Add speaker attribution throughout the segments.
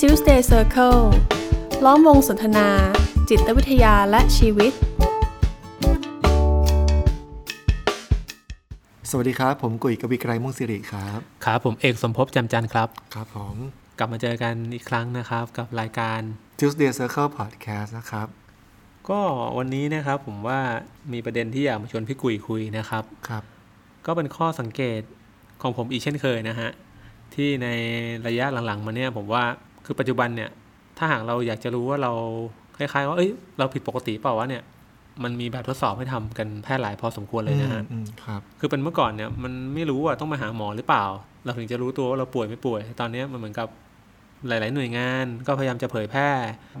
Speaker 1: Tuesday Circle ล้อมวงสนทนา จิตวิทยาและชีวิต
Speaker 2: สวัสดีครับ ผมกุยกวีไกรม่วงสิริครับ
Speaker 3: ครับผมเอกสมภพจำจันทร์ครับ
Speaker 2: ครับผม
Speaker 3: กลับมาเจอกันอีกครั้งนะครับ กับรายการ
Speaker 2: Tuesday Circle Podcast นะครับ
Speaker 3: ก็วันนี้นะครับผมว่ามีประเด็นที่อยากมาชวนพี่กุยคุยนะครับ
Speaker 2: ครับ
Speaker 3: ก็เป็นข้อสังเกตของผมอีกเช่นเคยนะฮะ ที่ในระยะหลังๆมาเนี่ยผมว่าคือปัจจุบันเนี่ย ถ้าหากเราอยากจะรู้ว่าเราคล้ายๆว่าเอ้ยเราผิดปกติเปล่าวะเนี่ย มันมีแบบทดสอบให้ทำกันแพร่หลายพอสมควรเลยนะฮะ
Speaker 2: อืมอืมครับ
Speaker 3: คือเป็นเมื่อก่อนเนี่ยมันไม่รู้ว่าต้องมาหาหมอหรือเปล่า เราถึงจะรู้ตัวว่าเราป่วยไม่ป่วย ตอนเนี้ยมันเหมือนกับหลาย ๆ หน่วยงาน ก็พยายามจะเผยแพร่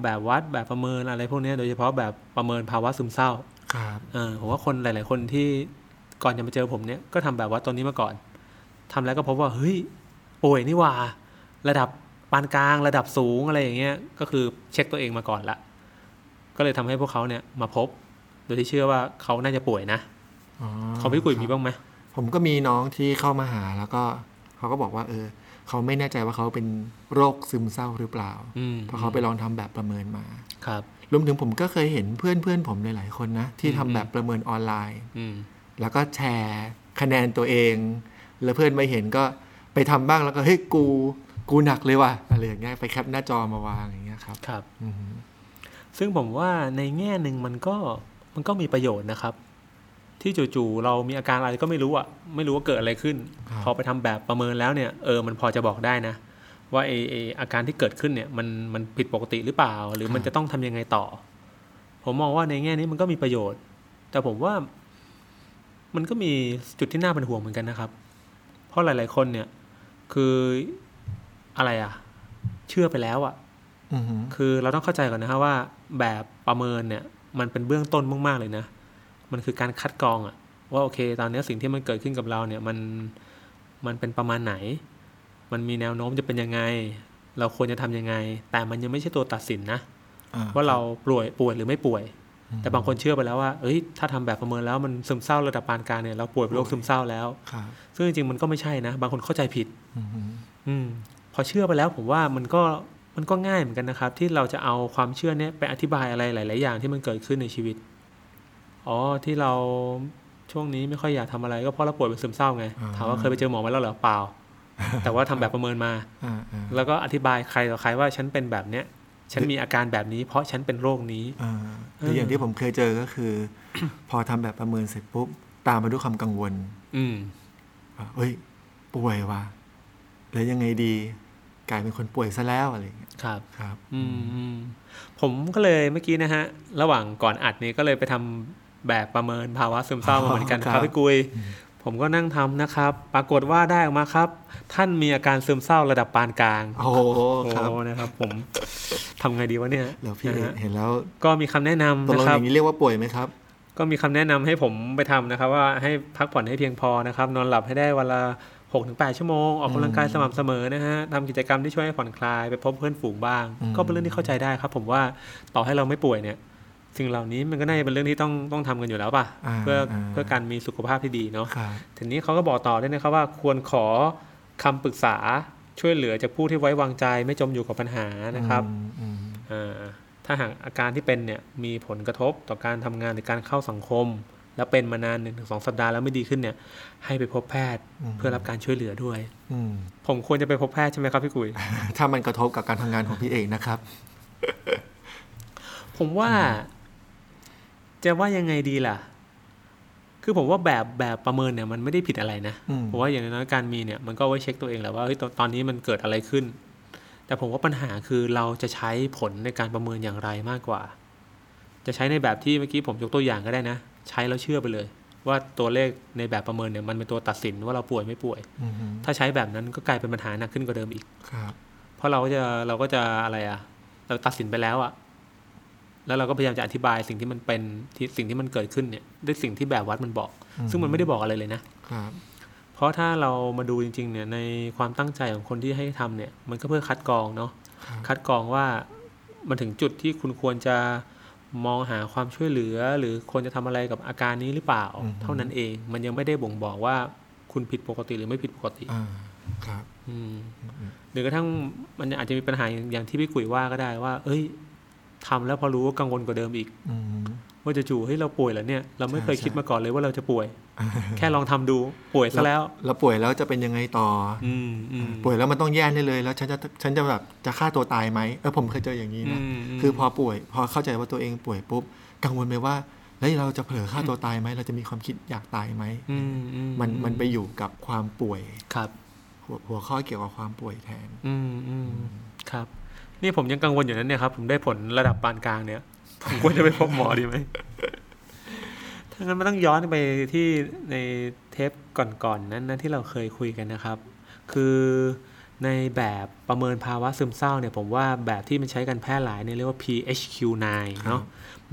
Speaker 3: แบบวัดแบบประเมินอะไรพวกเนี้ยโดยเฉพาะแบบประเมินภาวะซึมเศร้า
Speaker 2: ครับ
Speaker 3: เออผมว่าคนหลาย ๆ คนที่ก่อนจะมาเจอผมเนี่ยก็ทำแบบวัดตัวนี้มาก่อนทำแล้วก็พบว่าเฮ้ยป่วยนี่หว่า ระดับปานกลางระดับสูงอะไรอย่างเงี้ยก็คือเช็คตัวเองมาก่อนละก็เลยทำให้พวกเขาเนี่ยมาพบ โดยที่เชื่อว่าเขาน่าจะป่วยนะ
Speaker 2: อ๋อ
Speaker 3: เขาพี่กุย
Speaker 2: ค
Speaker 3: มี
Speaker 2: รับ
Speaker 3: บ้างไหม
Speaker 2: ผมก็มีน้องที่เข้ามาหาแล้วก็เขาก็บอกว่า เออ เขาไม่แน่ใจว่าเขาเป็นโรคซึมเศร้าหรือเปล่า
Speaker 3: อืม
Speaker 2: เพราะเขาไปลองทำแบบประเมินมา
Speaker 3: ครับ
Speaker 2: รวมถึงผมก็เคยเห็นเพื่อนเพื่อนผมหลายๆคนนะ ที่ทำแบบประเมินออนไลน์
Speaker 3: อืม
Speaker 2: แล้วก็แชร์คะแนนตัวเอง แล้วเพื่อนไม่เห็นก็ไปทำบ้างแล้วก็เฮ้ยกู กูหนักเลยว่ะอะไรอย่างเงี้ยไปแคปหน้าจอมาวางอย่างเงี้ยครับ
Speaker 3: ครับ
Speaker 2: อืม
Speaker 3: ซึ่งผมว่าในแง่หนึ่งมันก็มันก็มีประโยชน์นะครับ ที่จู่ๆเรามีอาการอะไรก็ไม่รู้อ่ะไม่รู้ว่าเกิดอะไรขึ้น
Speaker 2: ครับ
Speaker 3: พอไปทำแบบประเมินแล้วเนี่ยเออมันพอจะบอกได้นะ ว่าไอไออาการที่เกิดขึ้นเนี่ยมันมันผิดปกติหรือเปล่า หรือมันจะต้องทำยังไงต่อ ผมมองว่าในแง่นี้มันก็มีประโยชน์ แต่ผมว่ามันก็มีจุดที่น่าเป็นห่วงเหมือนกันนะครับ เพราะหลาย ๆ คนเนี่ยคืออะไรอ่ะ เชื่อไปแล้วอ่ะ
Speaker 2: อือหือ
Speaker 3: คือเราต้องเข้าใจก่อนนะฮะว่าแบบประเมินเนี่ยมันเป็นเบื้องต้นมากๆเลยนะ มันคือการคัดกรองอะว่าโอเค ตอนเนี้ยสิ่งที่มันเกิดขึ้นกับเราเนี่ยมันมันเป็นประมาณไหน มันมีแนวโน้มจะเป็นยังไง เราควรจะทำยังไง แต่มันยังไม่ใช่ตัวตัดสินนะ ว่าเราป่วยป่วยหรือไม่ป่วย
Speaker 2: อืม
Speaker 3: แต่บางคนเชื่อไปแล้วว่าเอ้ยถ้าทำแบบประเมินแล้วมันซึมเศร้าระดับปานกลางเนี่ยเราป่วยเป็นโรคซึมเศร้าแล้ว
Speaker 2: ครับ
Speaker 3: ซึ่งจริงๆมันก็ไม่ใช่นะ บางคนเข้าใจผิด
Speaker 2: อือหือ
Speaker 3: อืมพอเชื่อไปแล้วผมว่ามันก็มันก็ง่ายเหมือนกันนะครับ ที่เราจะเอาความเชื่อเนี้ยไปอธิบายอะไรหลาย ๆ อย่างที่มันเกิดขึ้นในชีวิต อ๋อที่เราช่วงนี้ไม่ค่อยอยากทำอะไรก็เพราะเราป่วยเป็นซึมเศร้าไงถามว่าเคยไปเจอหมอมาแล้วเหรอเปล่า แต่ว่าทำแบบประเมินมา
Speaker 2: อ่าอ่า
Speaker 3: แล้วก็อธิบายใครต่อใครว่าฉันเป็นแบบเนี้ยฉันมีอาการแบบนี้ เพราะฉันเป็นโรคนี้
Speaker 2: อ่าหรืออย่างที่ผมเคยเจอก็คือ พอทำแบบประเมินเสร็จปุ๊บ ตามมาด้วยความกังวล
Speaker 3: อืม
Speaker 2: ว่าเอ้ย ป่วยว่ะแล้วยังไงดี กลายเป็นคนป่วยซะแล้วอะไรอย่างเงี้ย
Speaker 3: ครับ
Speaker 2: ครับ
Speaker 3: อืมอืมผมก็เลยเมื่อกี้นะฮะ ระหว่างก่อนอัดนี้ก็เลยไปทำแบบประเมินภาวะซึมเศร้ามาเหมือนกัน
Speaker 2: อ๋อ
Speaker 3: ค
Speaker 2: ครับ
Speaker 3: รับพี่กุย ผมก็นั่งทำนะครับ ปรากฏว่าได้ออกมาครับ ท่านมีอาการซึมเศร้าระดับปานกลาง
Speaker 2: โอ้โหครับ
Speaker 3: โอ้นะครับ ผมทำไงดีวะเนี่ย
Speaker 2: แล้วพี่
Speaker 3: นะฮะ
Speaker 2: เห็นแล้ว
Speaker 3: ก็มีคำแนะนำ
Speaker 2: ตก
Speaker 3: นะ
Speaker 2: ลงอ
Speaker 3: ครับ
Speaker 2: ย่างนี้เรียกว่าป่วยไหมครับ
Speaker 3: ก็มีคำแนะนำให้ผมไปทำนะครับ ว่าให้พักผ่อนให้เพียงพอนะครับ นอนหลับให้ได้วันละหกถึงแปดชั่วโมง ออกกำลังกายสม่ำเสมอนะฮะทำกิจกรรมที่ช่วยให้ผ่อนคลายไปพบเพื่อนฝูงบ้าง
Speaker 2: อืม
Speaker 3: ก็เป็นเรื่องที่เข้าใจได้ครับ ผมว่าต่อให้เราไม่ป่วยเนี่ยสิ่งเหล่านี้มันก็น่าจะเป็นเรื่องที่ต้องต้องทำกันอยู่แล้วป่ะเพื่ออเพื่อการมีสุขภาพที่ดีเนาะ
Speaker 2: ครับ
Speaker 3: ทีนี้เขาก็บอกต่อด้วยนะครับว่าควรขอคำปรึกษาช่วยเหลือจากผู้ที่ไว้วางใจไม่จมอยู่กับปัญหานะครับ
Speaker 2: อืมอืม
Speaker 3: อ่าถ้าหากอาการที่เป็นเนี่ยมีผลกระทบต่อการทำงานหรือการเข้าสังคม แล้วเป็นมานานหนึ่งถึงสองสัปดาห์แล้วไม่ดีขึ้นเนี่ยให้ไปพบแพทย์
Speaker 2: ม
Speaker 3: เพื่อรับการช่วยเหลือด้วย
Speaker 2: อืม
Speaker 3: ผมควรจะไปพบแพทย์ใช่ไหมครับพี่กุย
Speaker 2: ถ้ามันกระทบกับการทำงานของพี่เอกนะครับ
Speaker 3: ผมว่า จะว่ายังไงดีล่ะ คือผมว่าแบบแบบประเมินเนี่ยมันไม่ได้ผิดอะไรนะ
Speaker 2: อืม
Speaker 3: ผมว่าอย่างน้อยๆการมีเนี่ยมันก็เอาไว้เช็คตัวเองแหละว่าเฮ้ยตอนตอนนี้มันเกิดอะไรขึ้น แต่ผมว่าปัญหาคือเราจะใช้ผลในการประเมินอย่างไรมากกว่า จะใช้ในแบบที่เมื่อกี้ผมยกตัวอย่างก็ได้นะ ใช้แล้วเชื่อไปเลย ว่าตัวเลขในแบบประเมินเนี่ยมันเป็นตัวตัดสินว่าเราป่วยไม่ป่วย
Speaker 2: อืม
Speaker 3: ถ้าใช้แบบนั้นก็กลายเป็นปัญหาหนักขึ้นกว่าเดิมอีก
Speaker 2: ครับ
Speaker 3: เพราะเราก็จะเราก็จะอะไรอะเราตัดสินไปแล้วอะแล้วเราก็พยายามจะอธิบายสิ่งที่มันเป็นที่สิ่งที่มันเกิดขึ้นเนี่ยด้วยสิ่งที่แบบวัดมันบอก ซึ่งมันไม่ได้บอกอะไรเลยนะ
Speaker 2: ครับ
Speaker 3: เพราะถ้าเรามาดูจริงๆเนี่ยในความตั้งใจของคนที่ให้ทำเนี่ย มันก็เพื่อคัดกรองเนาะ
Speaker 2: ครับ
Speaker 3: คัดกรองว่ามันถึงจุดที่คุณควรจะมองหาความช่วยเหลือ หรือควรจะทำอะไรกับอาการนี้หรือเปล่า เท่านั้นเอง มันยังไม่ได้บ่งบอกว่าคุณผิดปกติหรือไม่ผิดปกติ
Speaker 2: อ่าครับ
Speaker 3: อืมหรือกระทั่งมันอาจจะมีปัญหาอย่างอย่างที่พี่กุยว่าก็ได้ว่า เอ้ยทำแล้วพอรู้ว่ากังวลกว่าเดิมอีก
Speaker 2: อืม
Speaker 3: ว่าจะจู่ๆเฮ้ยเราป่วยเหรอเนี่ย เราไม่เคย
Speaker 2: ใช่
Speaker 3: คิดมาก่อนเลยว่าเราจะป่วย แค่ลองทำดูป่วยซะแล้ว
Speaker 2: แล้วป่วยแล้วจะเป็นยังไงต่ออ
Speaker 3: อืมอืม
Speaker 2: ป่วยแล้วมันต้องแย่แน่เลย แล้วฉันจะฉันจะแบบจะฆ่าตัวตายไหมเออผมเคยเจออย่างนี้
Speaker 3: อื
Speaker 2: นะ
Speaker 3: มม
Speaker 2: คือพอป่วย พอเข้าใจว่าตัวเองป่วยปุ๊บกังวลไปว่าแล้วเราจะเผลอฆ่าตัวตายไหมเราจะมีความคิดอยากตายไหม
Speaker 3: มอื
Speaker 2: มันมันไปอยู่กับความป่วย
Speaker 3: ครับ
Speaker 2: หัวหัวข้อเกี่ยวกับความป่วยแทน
Speaker 3: อืมอืมครับ นี่ผมยังกังวลอยู่นั้นเนี่ยครับ ผมได้ผลระดับปานกลางเนี่ย ผมควรจะไปพบหมอดีไหม ถ้างั้นมันต้องย้อนไปที่ในเทปก่อนๆนั้นนะที่เราเคยคุยกันนะครับ คือในแบบประเมินภาวะซึมเศร้าเนี่ย ผมว่าแบบที่มันใช้กันแพร่หลายเนี่ยเรียกว่า PHQ9 เนาะ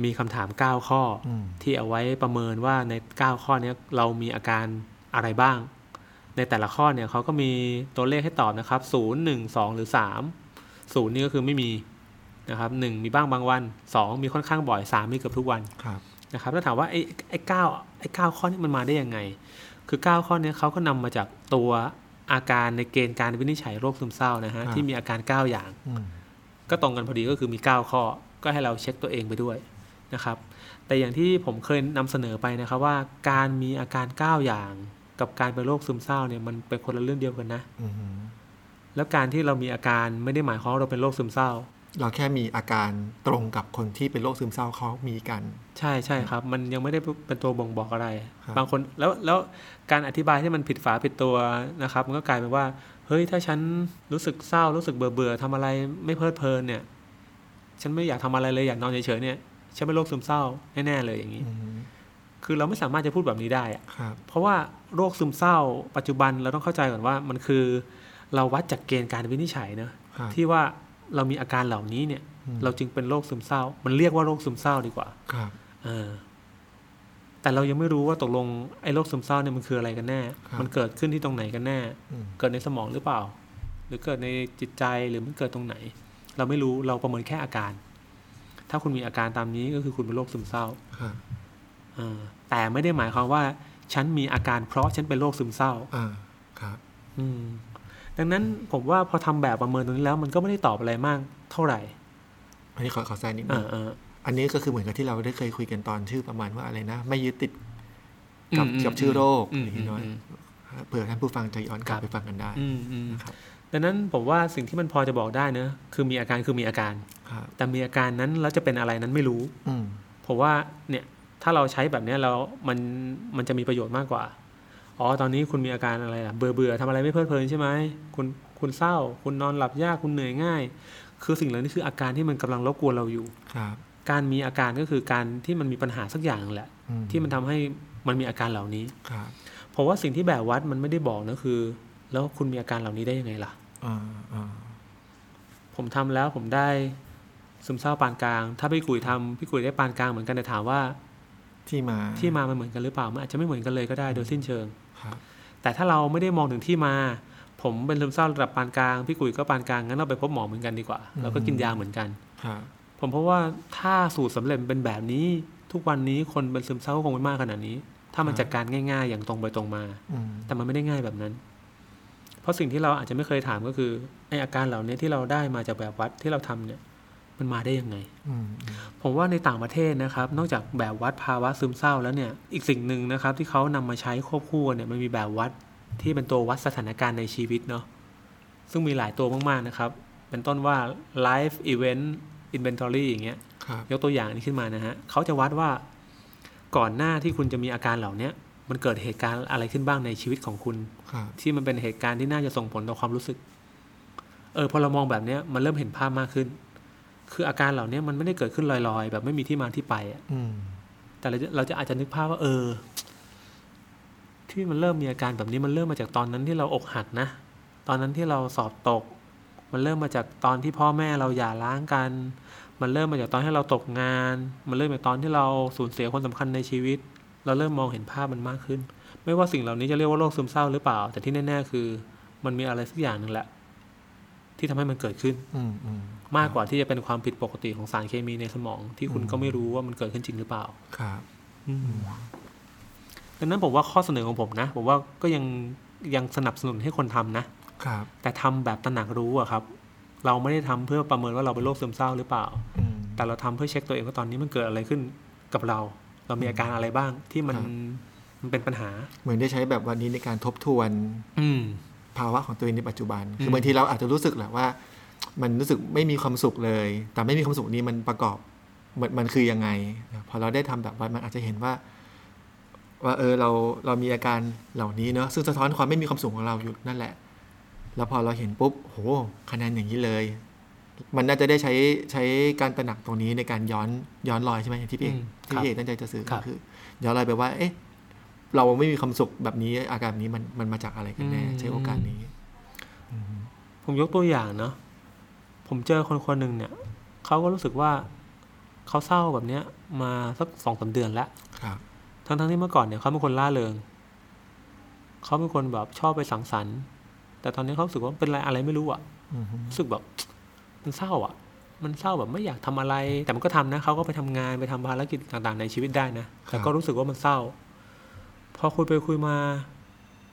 Speaker 3: มีคำถาม 9 ข้ออ
Speaker 2: ม
Speaker 3: ที่เอาไว้ประเมินว่าใน 9 ข้อเนี้ยเรามีอาการอะไรบ้าง ในแต่ละข้อเนี่ยเขาก็มีตัวเลขให้ตอบนะครับ 0 1 2 หรือ 3 0 นี่ก็คือไม่มีนะครับ 1 มีบ้างบางวัน 2 มีค่อนข้างบ่อย 3 มีเกือบทุกวัน
Speaker 2: ครับ
Speaker 3: นะครับแล้วถามว่าไอ้ไอ้เก้าไอ้เก้าข้อนี่มันมาได้ยังไง คือ 9 ข้อเนี้เขาก็นำมาจากตัวอาการในเกณฑ์การวินิจฉัยโรคซึมเศร้านะฮะ
Speaker 2: ครับ
Speaker 3: ที่มีอาการ 9 อย่าง
Speaker 2: อืม
Speaker 3: ก็ตรงกันพอดีก็คือมี 9 ข้อ ก็ให้เราเช็คตัวเองไปด้วยนะครับ แต่อย่างที่ผมเคยนำเสนอไปนะครับว่าการมีอาการ 9 อย่าง กับการเป็นโรคซึมเศร้าเนี่ยมันเป็นคนละเรื่องเดียวกันนะ
Speaker 2: อืม
Speaker 3: แล้วการที่เรามีอาการไม่ได้หมายความว่าเราเป็นโรคซึมเศร้า
Speaker 2: เราแค่มีอาการตรงกับคนที่เป็นโรคซึมเศร้าเขามีกัน
Speaker 3: ใช่ใช่ครับ มันยังไม่ได้เป็นตัวบ่งบอกอะไร
Speaker 2: ครับ
Speaker 3: บางคนแล้วแล้วการอธิบายที่มันผิดฝาผิดตัวนะครับ มันก็กลายเป็นว่า เฮ้ยถ้าฉันรู้สึกเศร้ารู้สึกเบื่อเบื่อทำอะไรไม่เพลิดเพลินเนี่ย ฉันไม่อยากทำอะไรเลยอยากนอนเฉยๆเนี่ยฉันเป็นโรคซึมเศร้าแน่ๆเลยอย่างนี้
Speaker 2: อืม
Speaker 3: คือเราไม่สามารถจะพูดแบบนี้ได้อะ
Speaker 2: ครับ
Speaker 3: เพราะว่าโรคซึมเศร้า ปัจจุบันเราต้องเข้าใจก่อนว่ามันคือ เราวัดจากเกณฑ์การวินิจฉัยเนอะ
Speaker 2: ครับ
Speaker 3: ที่ว่าเรามีอาการเหล่านี้เนี่ย
Speaker 2: อืม
Speaker 3: เราจึงเป็นโรคซึมเศร้า มันเรียกว่าโรคซึมเศร้าดีกว่า
Speaker 2: ครับ
Speaker 3: เออแต่เรายังไม่รู้ว่าตกลงไอ้โรคซึมเศร้าเนี่ยมันคืออะไรกันแน่
Speaker 2: ครับ
Speaker 3: มันเกิดขึ้นที่ตรงไหนกันแน่
Speaker 2: อืม
Speaker 3: เกิดในสมองหรือเปล่า หรือเกิดในจิตใจหรือมันเกิดตรงไหน เราไม่รู้เราประเมินแค่อาการ ถ้าคุณมีอาการตามนี้ก็คือคุณเป็นโรคซึมเศร้า
Speaker 2: ครับ
Speaker 3: เออแต่ไม่ได้หมายความว่า ฉันมีอาการเพราะฉันเป็นโรคซึมเศร้า
Speaker 2: อ่าครับ
Speaker 3: อืม ดังนั้นผมว่าพอทำแบบประเมินตรงนี้แล้ว มันก็ไม่ได้ตอบอะไรมากเท่าไหร่
Speaker 2: อันนี้ขอขอแซงนิดนึ
Speaker 3: อ่าง อ่า
Speaker 2: อันนี้ก็คือเหมือนกับที่เราได้เคยคุยกันตอนชื่อประมาณว่าอะไรนะ ไม่ยึดติดกับ
Speaker 3: อืมอืม
Speaker 2: กับชื่อโรค
Speaker 3: อืม
Speaker 2: อย่างนี้เน้อย
Speaker 3: อืม
Speaker 2: เผื่อท่านผู้ฟังจะย้อนกลับไปฟังกันได้
Speaker 3: อืมอืม
Speaker 2: นะครับ
Speaker 3: ดังนั้นผมว่าสิ่งที่มันพอจะบอกได้นะคือมีอาการคือมีอาการ
Speaker 2: ครับ
Speaker 3: แต่มีอาการนั้นแล้วจะเป็นอะไรนั้นไม่รู้
Speaker 2: อืม
Speaker 3: ผมว่าเนี่ยถ้าเราใช้แบบเนี้ยเรา มันมันจะมีประโยชน์มากกว่า อ๋อตอนนี้คุณมีอาการอะไรล่ะเบื่อเบื่อทำอะไรไม่เพลิดเพลินใช่ไหมคุณคุณเศร้า คุณนอนหลับยากคุณเหนื่อยง่าย คือสิ่งเหล่านี้คืออาการที่มันกำลังรบกวนเราอยู่
Speaker 2: ครับ
Speaker 3: การมีอาการก็คือการที่มันมีปัญหาสักอย่างแหละ
Speaker 2: อื
Speaker 3: ที่มันทำให้มันมีอาการเหล่านี้
Speaker 2: ครับ
Speaker 3: เพราะว่าสิ่งที่แบบวัดมันไม่ได้บอกนะคือ แล้วคุณมีอาการเหล่านี้ได้ยังไงล่ะ
Speaker 2: อ่าอ่า
Speaker 3: ผมทำแล้วผมได้ซึมเศร้าปานกลาง ถ้าพี่กุยทำพี่กุยได้ปานกลางเหมือนกันแต่ถามว่า
Speaker 2: ที่มา
Speaker 3: ที่มามันเหมือนกันหรือเปล่า มันอาจจะไม่เหมือนกันเลยก็ได้โดยสิ้นเชิง
Speaker 2: ครับ
Speaker 3: แต่ถ้าเราไม่ได้มองถึงที่มา ผมเป็นซึมเศร้าระดับปานกลาง พี่กุยก็ปานกลาง งั้นเราไปพบหมอเหมือนกันดีกว่า เราก็กินยาเหมือนกัน
Speaker 2: ครับ
Speaker 3: ผมเพราะว่าถ้าสูตรสำเร็จเป็นแบบนี้ ทุกวันนี้คนเป็นซึมเศร้าก็คงไม่มากขนาดนี้ ถ้ามันจัดการง่าย ๆ อย่างตรงไปตรงมา
Speaker 2: อืม
Speaker 3: แต่มันไม่ได้ง่ายแบบนั้น เพราะสิ่งที่เราอาจจะไม่เคยถามก็คือไออาการเหล่านี้ที่เราได้มาจากแบบวัดที่เราทำเนี่ย มันมาได้ยังไง
Speaker 2: อืมอืม
Speaker 3: ผมว่าในต่างประเทศนะครับ นอกจากแบบวัดภาวะซึมเศร้าแล้วเนี่ย อีกสิ่งหนึ่งนะครับ ที่เขานำมาใช้ควบคู่กันเนี่ยมันมีแบบวัดที่เป็นตัววัดสถานการณ์ในชีวิตเนาะซึ่งมีหลายตัวมากๆนะครับ เป็นต้นว่า life event inventory อย่างเงี้ย
Speaker 2: ครับ
Speaker 3: ยกตัวอย่างนี้ขึ้นมานะฮะเขาจะวัดว่าก่อนหน้าที่คุณจะมีอาการเหล่าเนี้ยมันเกิดเหตุการณ์อะไรขึ้นบ้างในชีวิตของคุณ
Speaker 2: ครับ
Speaker 3: ที่มันเป็นเหตุการณ์ที่น่าจะส่งผลต่อความรู้สึก เออพอเรามองแบบเนี้ยมันเริ่มเห็นภาพมากขึ้น คืออาการเหล่าเนี้ยมันไม่ได้เกิดขึ้นลอยๆ แบบไม่มีที่มาที่ไปอะ
Speaker 2: อืม
Speaker 3: แต่เราจะเราจะอาจจะนึกภาพว่าเออ ที่มันเริ่มมีอาการแบบนี้มันเริ่มมาจากตอนนั้นที่เราอกหักนะ ตอนนั้นที่เราสอบตก มันเริ่มมาจากตอนที่พ่อแม่เราหย่าร้างกัน มันเริ่มมาจากตอนที่เราตกงาน มันเริ่มจากตอนที่เราสูญเสียคนสำคัญในชีวิต เราเริ่มมองเห็นภาพมันมากขึ้น ไม่ว่าสิ่งเหล่านี้จะเรียกว่าโรคซึมเศร้าหรือเปล่า แต่ที่แน่ๆคือ มันมีอะไรสักอย่างหนึ่งแหละ ที่ทำให้มันเกิดขึ้น
Speaker 2: อืมอืม
Speaker 3: มากกว่าที่จะเป็นความผิดปกติของสารเคมีในสมอง ที่คุณก็ไม่รู้ว่ามันเกิดขึ้นจริงหรือเปล่า
Speaker 2: ครับ
Speaker 3: ดังนั้นผมว่าข้อเสนอของผมนะผมว่าก็ยังยังสนับสนุนให้คนทำนะ
Speaker 2: ครับ
Speaker 3: แต่ทำแบบตระหนักรู้อะครับ เราไม่ได้ทำเพื่อประเมินว่าเราเป็นโรคซึมเศร้าหรือเปล่า
Speaker 2: อืม
Speaker 3: แต่เราทำเพื่อเช็คตัวเองว่าตอนนี้มันเกิดอะไรขึ้นกับเรา เรามีอาการอะไรบ้างที่มัน
Speaker 2: ครับ
Speaker 3: มันเป็นปัญหา
Speaker 2: เหมือนได้ใช้แบบวันนี้ในการทบทวน
Speaker 3: อืม
Speaker 2: ภาวะของตัวเองในปัจจุบัน คือ
Speaker 3: ม
Speaker 2: บางทีเราอาจจะรู้สึกแหละว่า มันรู้สึกไม่มีความสุขเลย แต่ไม่มีความสุขนี้มันประกอบมันมันคือยังไงนะพอเราได้ทำแบบว่ามันอาจจะเห็นว่า ว่าเออเราเรามีอาการเหล่านี้เนอะซึ่งสะท้อนความไม่มีความสุขของเราอยู่นั่นแหละ แล้วพอเราเห็นปุ๊บโหคะแนนอย่างนี้เลย มันน่าจะได้ใช้ใช้การตระหนักตรงนี้ในการย้อนย้อนรอยใช่ไหมอย่างที่พี่เอก
Speaker 3: อืม
Speaker 2: ที่พี่เอกตั้งใจจะสื่อ
Speaker 3: ครั
Speaker 2: ก็
Speaker 3: บ
Speaker 2: คือ ย้อนรอยไปว่า เอ๊ะ เราไม่มีความสุขแบบนี้อาการแบบนี้มันมันมาจากอะไรกันแน่ ใช้โอกาสนี้
Speaker 3: ผมยกตัวอย่างเนาะผมเจอคนคนหนึ่งเนี่ยเขาก็รู้สึกว่าเขาเศร้าแบบเนี้ย มาสักสองสามเดือนแล้ว
Speaker 2: ครับ
Speaker 3: ทั้งๆที่เมื่อก่อนเนี่ยเขาเป็นคนล่าเริง เขาเป็นคนแบบชอบไปสังสรรค์ แต่ตอนนี้เขารู้สึกว่าเป็นอะไรอะไรไม่รู้อะ
Speaker 2: อือฮึ
Speaker 3: รู้สึกแบบ มันเศร้าอะมันเศร้าแบบไม่อยากทำอะไร แต่มันก็ทำนะเขาก็ไปทำงานไปทำภารกิจต่างๆในชีวิตได้นะ แต่ก็รู้สึกว่ามันเศร้า พอคุยไปคุยมา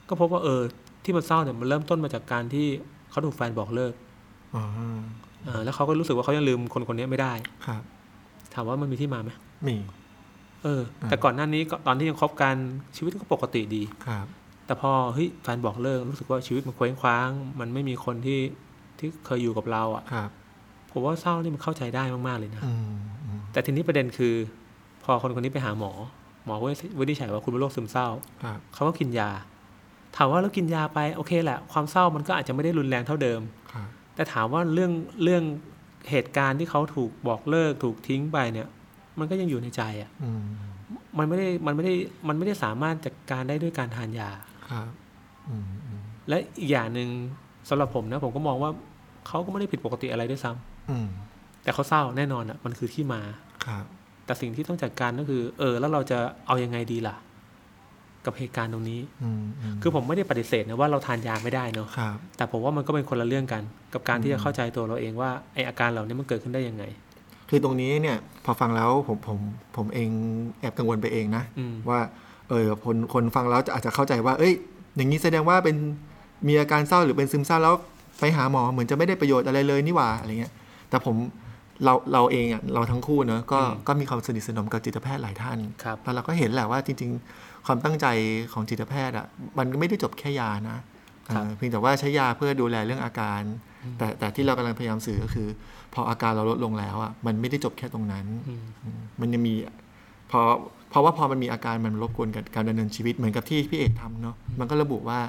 Speaker 3: ก็พบว่าเออ ที่มันเศร้าเนี่ยมันเริ่มต้นมาจากการที่เขาถูกแฟนบอกเลิก
Speaker 2: อ๋อ
Speaker 3: อ่าแล้วเขาก็รู้สึกว่าเขายังลืมคนคนนี้ไม่ได้
Speaker 2: ครับ
Speaker 3: ถามว่ามันมีที่มาไหม
Speaker 2: มี
Speaker 3: เออ แต่
Speaker 2: อ่า
Speaker 3: ก่อนหน้านี้ก็ตอนที่ยังคบกันชีวิตก็ปกติดี
Speaker 2: ครับ
Speaker 3: แต่พอเฮ้ยแฟนบอกเลิกรู้สึกว่าชีวิตมันเคว้งคว้าง มันไม่มีคนที่ที่เคยอยู่กับเราอะ่ะ
Speaker 2: ครับ
Speaker 3: ผมว่าเศร้านี่มันเข้าใจได้มากๆเลยนะ
Speaker 2: อืมอืม
Speaker 3: แต่ทีนี้ประเด็นคือ พอคนคนนี้ไปหาหมอ หมอก็วินิจฉัยว่าคุณเป็นโรคซึมเศร้า
Speaker 2: ครับ
Speaker 3: เขาก็กินยา ถามว่าแล้วกินยาไปโอเคแหละ ความเศร้ามันก็อาจจะไม่ได้รุนแรงเท่าเดิม
Speaker 2: ครับ
Speaker 3: แต่ถามว่าเรื่องเรื่องเหตุการณ์ที่เขาถูกบอกเลิกถูกทิ้งไปเนี่ย มันก็ยังอยู่ในใจอะ่ะ
Speaker 2: อืม
Speaker 3: มันไม่ได้มันไม่ได้มันไม่ได้สามารถจัดการได้ด้วยการทานยา
Speaker 2: ครับอืมอืม
Speaker 3: และอีกอย่างหนึ่งสำหรับผมนะ ผมก็มองว่าเขาก็ไม่ได้ผิดปกติอะไรด้วยซ้ำ
Speaker 2: อืม
Speaker 3: แต่เขาเศร้าแน่นอนอ่ะมันคือที่มา
Speaker 2: ครับ
Speaker 3: แต่สิ่งที่ต้องจัดการก็คือ เออ แล้วเราจะเอายังไงดีล่ะ กับเหตุการณ์ตรงนี้
Speaker 2: อืมม
Speaker 3: คือผมไม่ได้ปฏิเสธนะว่าเราทานยาไม่ได้เนาะ
Speaker 2: ครับ
Speaker 3: แต่ผมว่ามันก็เป็นคนละเรื่องกัน กับการที่จะเข้าใจตัวเราเองว่าไออาการเหล่านี้มันเกิดขึ้นได้ยังไง
Speaker 2: คือตรงนี้เนี่ย พอฟังแล้วผมผมผมเองแอบกังวลไปเองนะ
Speaker 3: อืม
Speaker 2: ว่า เออคนคนฟังแล้วจะอาจจะเข้าใจว่า เอ้ย อย่างนี้แสดงว่าเป็นมีอาการเศร้าหรือเป็นซึมเศร้าแล้วไปหาหมอเหมือนจะไม่ได้ประโยชน์อะไรเลยนี่หว่าอะไรเงี้ย แต่ผมเราเราเองอ่ะเราทั้งคู่เนอะก็
Speaker 3: อืม
Speaker 2: ก็มีความสนิทสนมกับจิตแพทย์หลายท่าน
Speaker 3: ครับ
Speaker 2: แล้วเราก็เห็นแหละว่าจริง ๆ ความตั้งใจของจิตแพทย์อ่ะมันไม่ได้จบแค่ยานะเอ่อ
Speaker 3: ครับ
Speaker 2: เพียงแต่ว่าใช้ยาเพื่อดูแลเรื่องอาการ แต่แต่ที่เรากำลังพยายามสื่อก็คือ พออาการเราลดลงแล้วอ่ะมันไม่ได้จบแค่ตรงนั้น
Speaker 3: อืม
Speaker 2: มันยังมีพอเพราะว่าพอมันมีอาการมันรบกวนกับการดำเนินชีวิตเหมือนกับที่พี่เอกทำเนาะมันก็ระบุว่า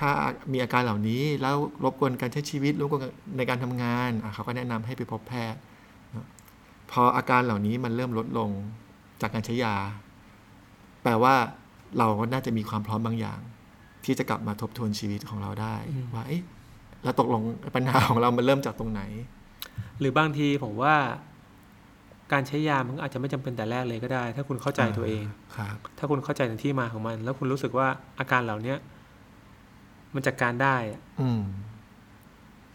Speaker 2: ถ้ามีอาการเหล่านี้แล้วรบกวนการใช้ชีวิตรบกวนในการทำงานอ่ะเขาก็แนะนำให้ไปพบแพทย์เนอะพออาการเหล่านี้มันเริ่มลดลงจากการใช้ยา แปลว่าเราก็น่าจะมีความพร้อมบางอย่าง ที่จะกลับมาทบทวนชีวิตของเราได้
Speaker 3: อืม
Speaker 2: ว่าเอ๊ะแล้วตกลงปัญหาของเรามันเริ่มจากตรงไหน
Speaker 3: หรือบางทีผมว่า การใช้ยามันก็อาจจะไม่จำเป็นแต่แรกเลยก็ได้ ถ้าคุณเข้าใจตัวเอง
Speaker 2: ครับ
Speaker 3: ถ้าคุณเข้าใจในที่มาของมัน แล้วคุณรู้สึกว่าอาการเหล่าเนี้ยมันจัดการได้อะ
Speaker 2: อืม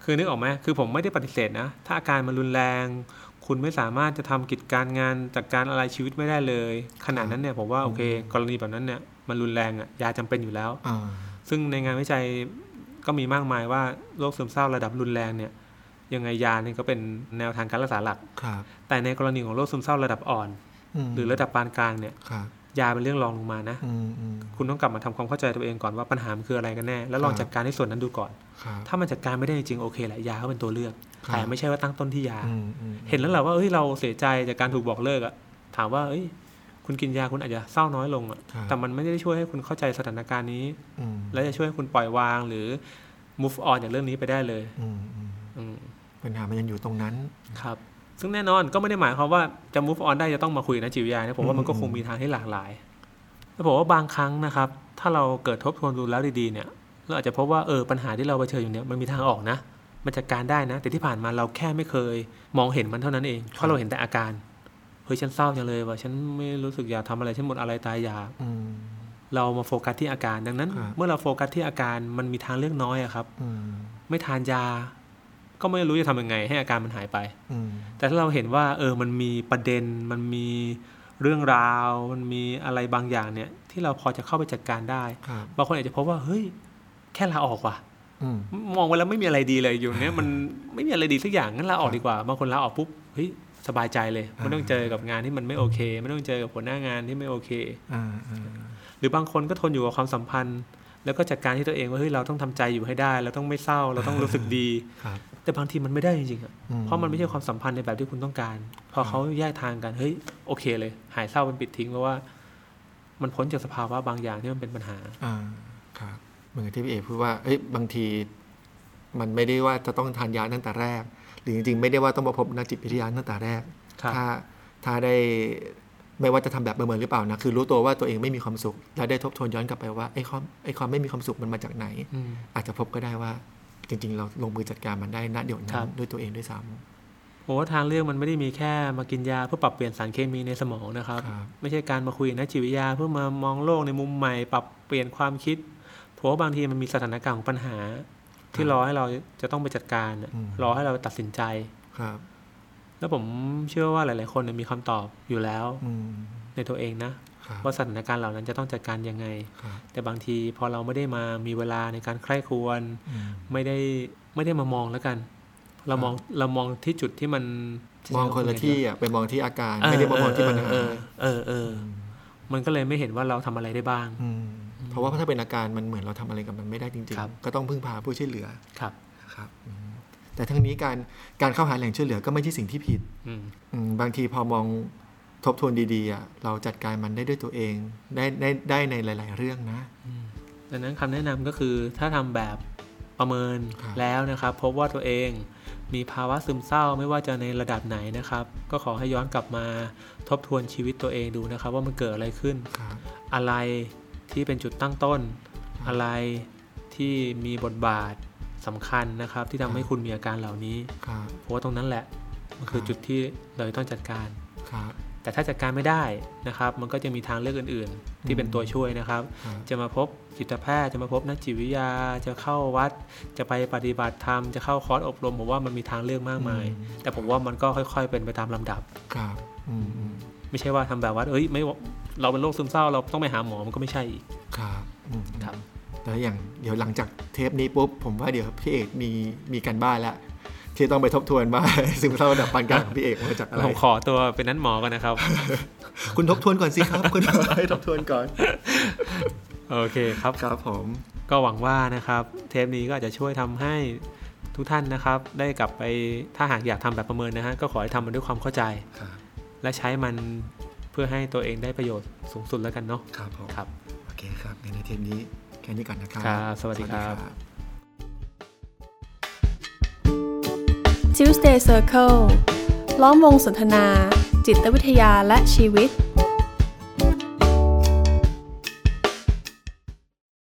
Speaker 3: คือนึกออกไหมคือผมไม่ได้ปฏิเสธนะ ถ้าอาการมันรุนแรง คุณไม่สามารถจะทำกิจการงานจัดการอะไรชีวิตไม่ได้เลย ขนาดนั้นเนี่ยผมว่าโอเค กรณีแบบนั้นเนี่ยมันรุนแรงอะยาจำเป็นอยู่แล้ว
Speaker 2: อ่า
Speaker 3: ซึ่งในงานวิจัยก็มีมากมายว่าโรคซึมเศร้าระดับรุนแรงเนี่ยยังไงยาเนี่ยก็เป็นแนวทางการรักษาหลัก
Speaker 2: ครับ
Speaker 3: แต่ในกรณีของโรคซึมเศร้าระดับอ่อน
Speaker 2: ม
Speaker 3: หรือระดับปานกลางเนี่ย
Speaker 2: ครับ
Speaker 3: ยาเป็นเรื่องรองลงมานะ
Speaker 2: อืมอืม
Speaker 3: คุณต้องกลับมาทำความเข้าใจตัวเองก่อนว่าปัญหามันคืออะไรกันแน่ แล้วลอง
Speaker 2: ครับ
Speaker 3: จัดการในส่วนนั้นดูก่อน
Speaker 2: ครับ
Speaker 3: ถ้ามันจัดการไม่ได้จริงๆโอเคแหละยาก็เป็นตัวเลือก
Speaker 2: ครับ
Speaker 3: แต่ไม่ใช่ว่าตั้งต้นที่ยา
Speaker 2: อืมอืม
Speaker 3: เห็นแล้วแหละว่าเอ้ยเราเสียใจจากการถูกบอกเลิกอะถามว่าเอ้ย คุณกินยาคุณอาจจะเศร้าน้อยลงอะ
Speaker 2: ครับ
Speaker 3: แต่มันไม่ได้ช่วยให้คุณเข้าใจสถานการณ์นี้
Speaker 2: อืม
Speaker 3: และจะช่วยให้คุณปล่อยวางหรือ move on จากเรื่องนี้ไปได้เลย
Speaker 2: อืมอืม
Speaker 3: อืม
Speaker 2: ปัญหามันยังอยู่ตรงนั้น
Speaker 3: ครับ ซึ่งแน่นอนก็ไม่ได้หมายความว่าจะ move on ได้จะต้องมาคุยกับนะจิตวิทยานะผมว่ามันก็
Speaker 2: อืม
Speaker 3: คงมีทางที่หลากหลายแล้วผมว่าบางครั้งนะครับ ถ้าเราเกิดทบทวนดูแล้วดีๆเนี่ยเราอาจจะพบว่าเออปัญหาที่เราเผชิญอยู่เนี่ยมันมีทางออกนะ มันจัดการได้นะ แต่ที่ผ่านมาเราแค่ไม่เคย มองเห็นมันเท่านั้นเองเพราะเราเห็นแต่อาการเฮ้ยฉันเศร้าจังเลยว่ะฉันไม่รู้สึกอยากทำอะไรฉันหมดอะไรตายอยาก
Speaker 2: อืม
Speaker 3: เรามาโฟกัสที่อาการ ดังนั้น
Speaker 2: ครับ
Speaker 3: เมื่อเราโฟกัสที่อาการมันมีทางเลือกน้อยอะครับ
Speaker 2: อืม
Speaker 3: ไม่ทานยา ก็ไม่รู้จะทำยังไง ให้อาการมันหายไป
Speaker 2: อืม
Speaker 3: แต่ถ้าเราเห็นว่า เออ มันมีประเด็น มันมีเรื่องราว มันมีอะไรบางอย่างเนี่ย ที่เราพอจะเข้าไปจัดการได้
Speaker 2: ครับ
Speaker 3: บางคนอาจจะพบว่า เฮ้ย แค่ลาออกว่ะ
Speaker 2: อืม
Speaker 3: มองไปแล้วไม่มีอะไรดีเลยอยู่เนี้ยมันไม่มีอะไรดีสักอย่างงั้นลาออกดีกว่าบางคนลาออกปุ๊บเฮ้ยสบายใจเลยไม่ต้องเจอกับงานที่มันไม่โอเค ไม่ต้องเจอกับหัวหน้างานที่ไม่โอเค
Speaker 2: อ่าอ่า
Speaker 3: หรือบางคนก็ทนอยู่กับความสัมพันธ์ แล้วก็จัดการที่ตัวเองว่าเฮ้ยเราต้องทำใจอยู่ให้ได้ เราต้องไม่เศร้าเราต้องรู้สึกดี
Speaker 2: ครับ
Speaker 3: แต่บางทีมันไม่ได้จริงๆอะ
Speaker 2: อืม
Speaker 3: เพราะมันไม่ใช่ความสัมพันธ์ในแบบที่คุณต้องการ พอเขาแยกทางกันเฮ้ยโอเคเลย หายเศร้ามันปิดทิ้งเพราะว่า มันพ้นจากสภาวะบางอย่างที่มันเป็นปัญหา
Speaker 2: อ่าครับเหมือนกับที่พี่เอกพูดว่าเอ้ยบางทีมันไม่ได้ว่าจะต้องทานยาตั้งแต่แรก หรือจริงๆ ไม่ได้ว่าต้องมาพบนักจิตวิทยาตั้งแต่แรก
Speaker 3: ครับ
Speaker 2: ถ้าถ้าได้ไม่ว่าจะทำแบบประเมินหรือเปล่านะคือรู้ตัวว่าตัวเองไม่มีความสุข แล้วได้ทบทวนย้อนกลับไปว่าไอ้ความไอ้ความไม่มีความสุขมันมาจากไหน
Speaker 3: อืม
Speaker 2: อาจจะพบก็ได้ว่าจริง ๆ เราลงมือจัดการมันได้ณเดี๋ยว
Speaker 3: ครั
Speaker 2: นั้น
Speaker 3: บ
Speaker 2: ด้วยตัวเองด้วยซ้
Speaker 3: ผมว่าทางเลือกมันไม่ได้มีแค่มากินยาเพื่อปรับเปลี่ยนสารเคมีในสมองนะครับ
Speaker 2: ำครับ
Speaker 3: ไม่ใช่การมาคุยกับนักจิตวิทยาเพื่อมามองโลกในมุมใหม่ ปรับเปลี่ยนความคิดเพราะว่าบางทีมันมีสถานการณ์ของปัญหา ที่รอให้เราจะต้องไปจัดการน่ะ
Speaker 2: อืม
Speaker 3: รอให้เราตัดสินใจ
Speaker 2: ครับ
Speaker 3: แล้วผมเชื่อว่าหลาย ๆ คนน่ะมีคำตอบอยู่แล้ว
Speaker 2: อืม
Speaker 3: ในตัวเองนะครับ ว่าสถานการณ์เหล่านั้นจะต้องจัดการยังไง
Speaker 2: ครับ
Speaker 3: แต่บางทีพอเราไม่ได้มามีเวลาในการใคร่ครวญ
Speaker 2: อืม
Speaker 3: ไม่ได้ไม่ได้มามองแล้วกัน เรามองเรามองที่จุดที่มัน
Speaker 2: มองคนละที่อ่ะไปมองที่อาการไม่ได้มามองที่ปัญหา
Speaker 3: เออเออเออเออ มันก็เลยไม่เห็นว่าเราทำอะไรได้บ้าง
Speaker 2: อืมเพราะว่าถ้าเป็นอาการมันเหมือนเราทำอะไรกับมันไม่ได้จริง
Speaker 3: ครับ
Speaker 2: ๆ ก็ต้องพึ่งพาผู้ช่วยเหลือ
Speaker 3: ครับ
Speaker 2: ครับอืมแต่ทั้งนี้การการเข้าหาแหล่งช่วยเหลือก็ไม่ใช่สิ่งที่ผิด
Speaker 3: อืม
Speaker 2: อืมบางทีพอมองทบทวนดีๆอ่ะเราจัดการมันได้ด้วยตัวเองได้ได้ได้ในหลาย ๆ เรื่องนะ
Speaker 3: ดังนั้นคำแนะนำก็คือถ้าทำแบบประเมิน
Speaker 2: ครับ
Speaker 3: แล้วนะครับ พบว่าตัวเองมีภาวะซึมเศร้าไม่ว่าจะในระดับไหนนะครับ ก็ขอให้ย้อนกลับมาทบทวนชีวิตตัวเองดูนะครับ ว่ามันเกิดอะไรขึ้น
Speaker 2: ครับ
Speaker 3: อะไรที่เป็นจุดตั้งต้น
Speaker 2: ครับ
Speaker 3: อะไรที่มีบทบาทสำคัญนะครับ ที่
Speaker 2: ค
Speaker 3: ทำ
Speaker 2: รับ
Speaker 3: ให้คุณมีอาการเหล่านี้
Speaker 2: ครับ
Speaker 3: เพราะว่าตรงนั้นแหละมันคือจุดที่เราจะต้องจัดการ
Speaker 2: ครับ
Speaker 3: แต่ถ้าจัดการไม่ได้นะครับ มันก็จะมีทางเลือกอื่น ๆ ที่เป็นตัวช่วยนะครับ
Speaker 2: ครับ
Speaker 3: จะมาพบจิตแพทย์จะมาพบนักจิตวิทยา จะเข้าวัด จะไปปฏิบัติธรรม จะเข้าคอร์สอบรมผมว่ามันมีทางเลือกมากมาย แต่ผมว่ามันก็ค่อย ๆ เป็นไปตามลำดับ
Speaker 2: ครับอืมอืม
Speaker 3: ไม่ใช่ว่าทำแบบว่าเอ้ยไม่ว่าเราเป็นโรคซึมเศร้าเราต้องไปหาหมอมันก็ไม่ใช่อีก
Speaker 2: ครับอืมอืม
Speaker 3: ครับ
Speaker 2: แล้วอย่างเดี๋ยวหลังจากเทปนี้ปุ๊บผมว่าเดี๋ยวพี่เอกมีมีการบ้านละที่ต้องไปทบทวนว่า ซึมเศร้าระดับปานกลางของพี่เอกมาจากอะไร
Speaker 3: ผมขอตัวเป็นนั้นหมอกัน นะครับ
Speaker 2: คุณทบทวนก่อนสิครับ คุณ ให้ทบทวนก่อน
Speaker 3: โอเคครับ
Speaker 2: ครับผม
Speaker 3: ก็หวังว่านะครับ เทปนี้ก็อาจจะช่วยทำให้ทุกท่านนะครับ ได้กลับไปถ้าหากอยากทำแบบประเมินนะฮะก็ขอให้ทำมันด้วยความเข้าใจ
Speaker 2: ครับ
Speaker 3: และใช้มันเพื่อให้ตัวเองได้ประโยชน์สูงสุดแล้วกันเนาะ
Speaker 2: ครับผม
Speaker 3: ครับ
Speaker 2: โอเคครับงั้นในเทปนี้แค่นี้ก่อนนะครับ
Speaker 3: ครับสวัสดีครับ
Speaker 1: Tuesday Circle ล้อมวงสนทนา จิตวิทยาและชีวิต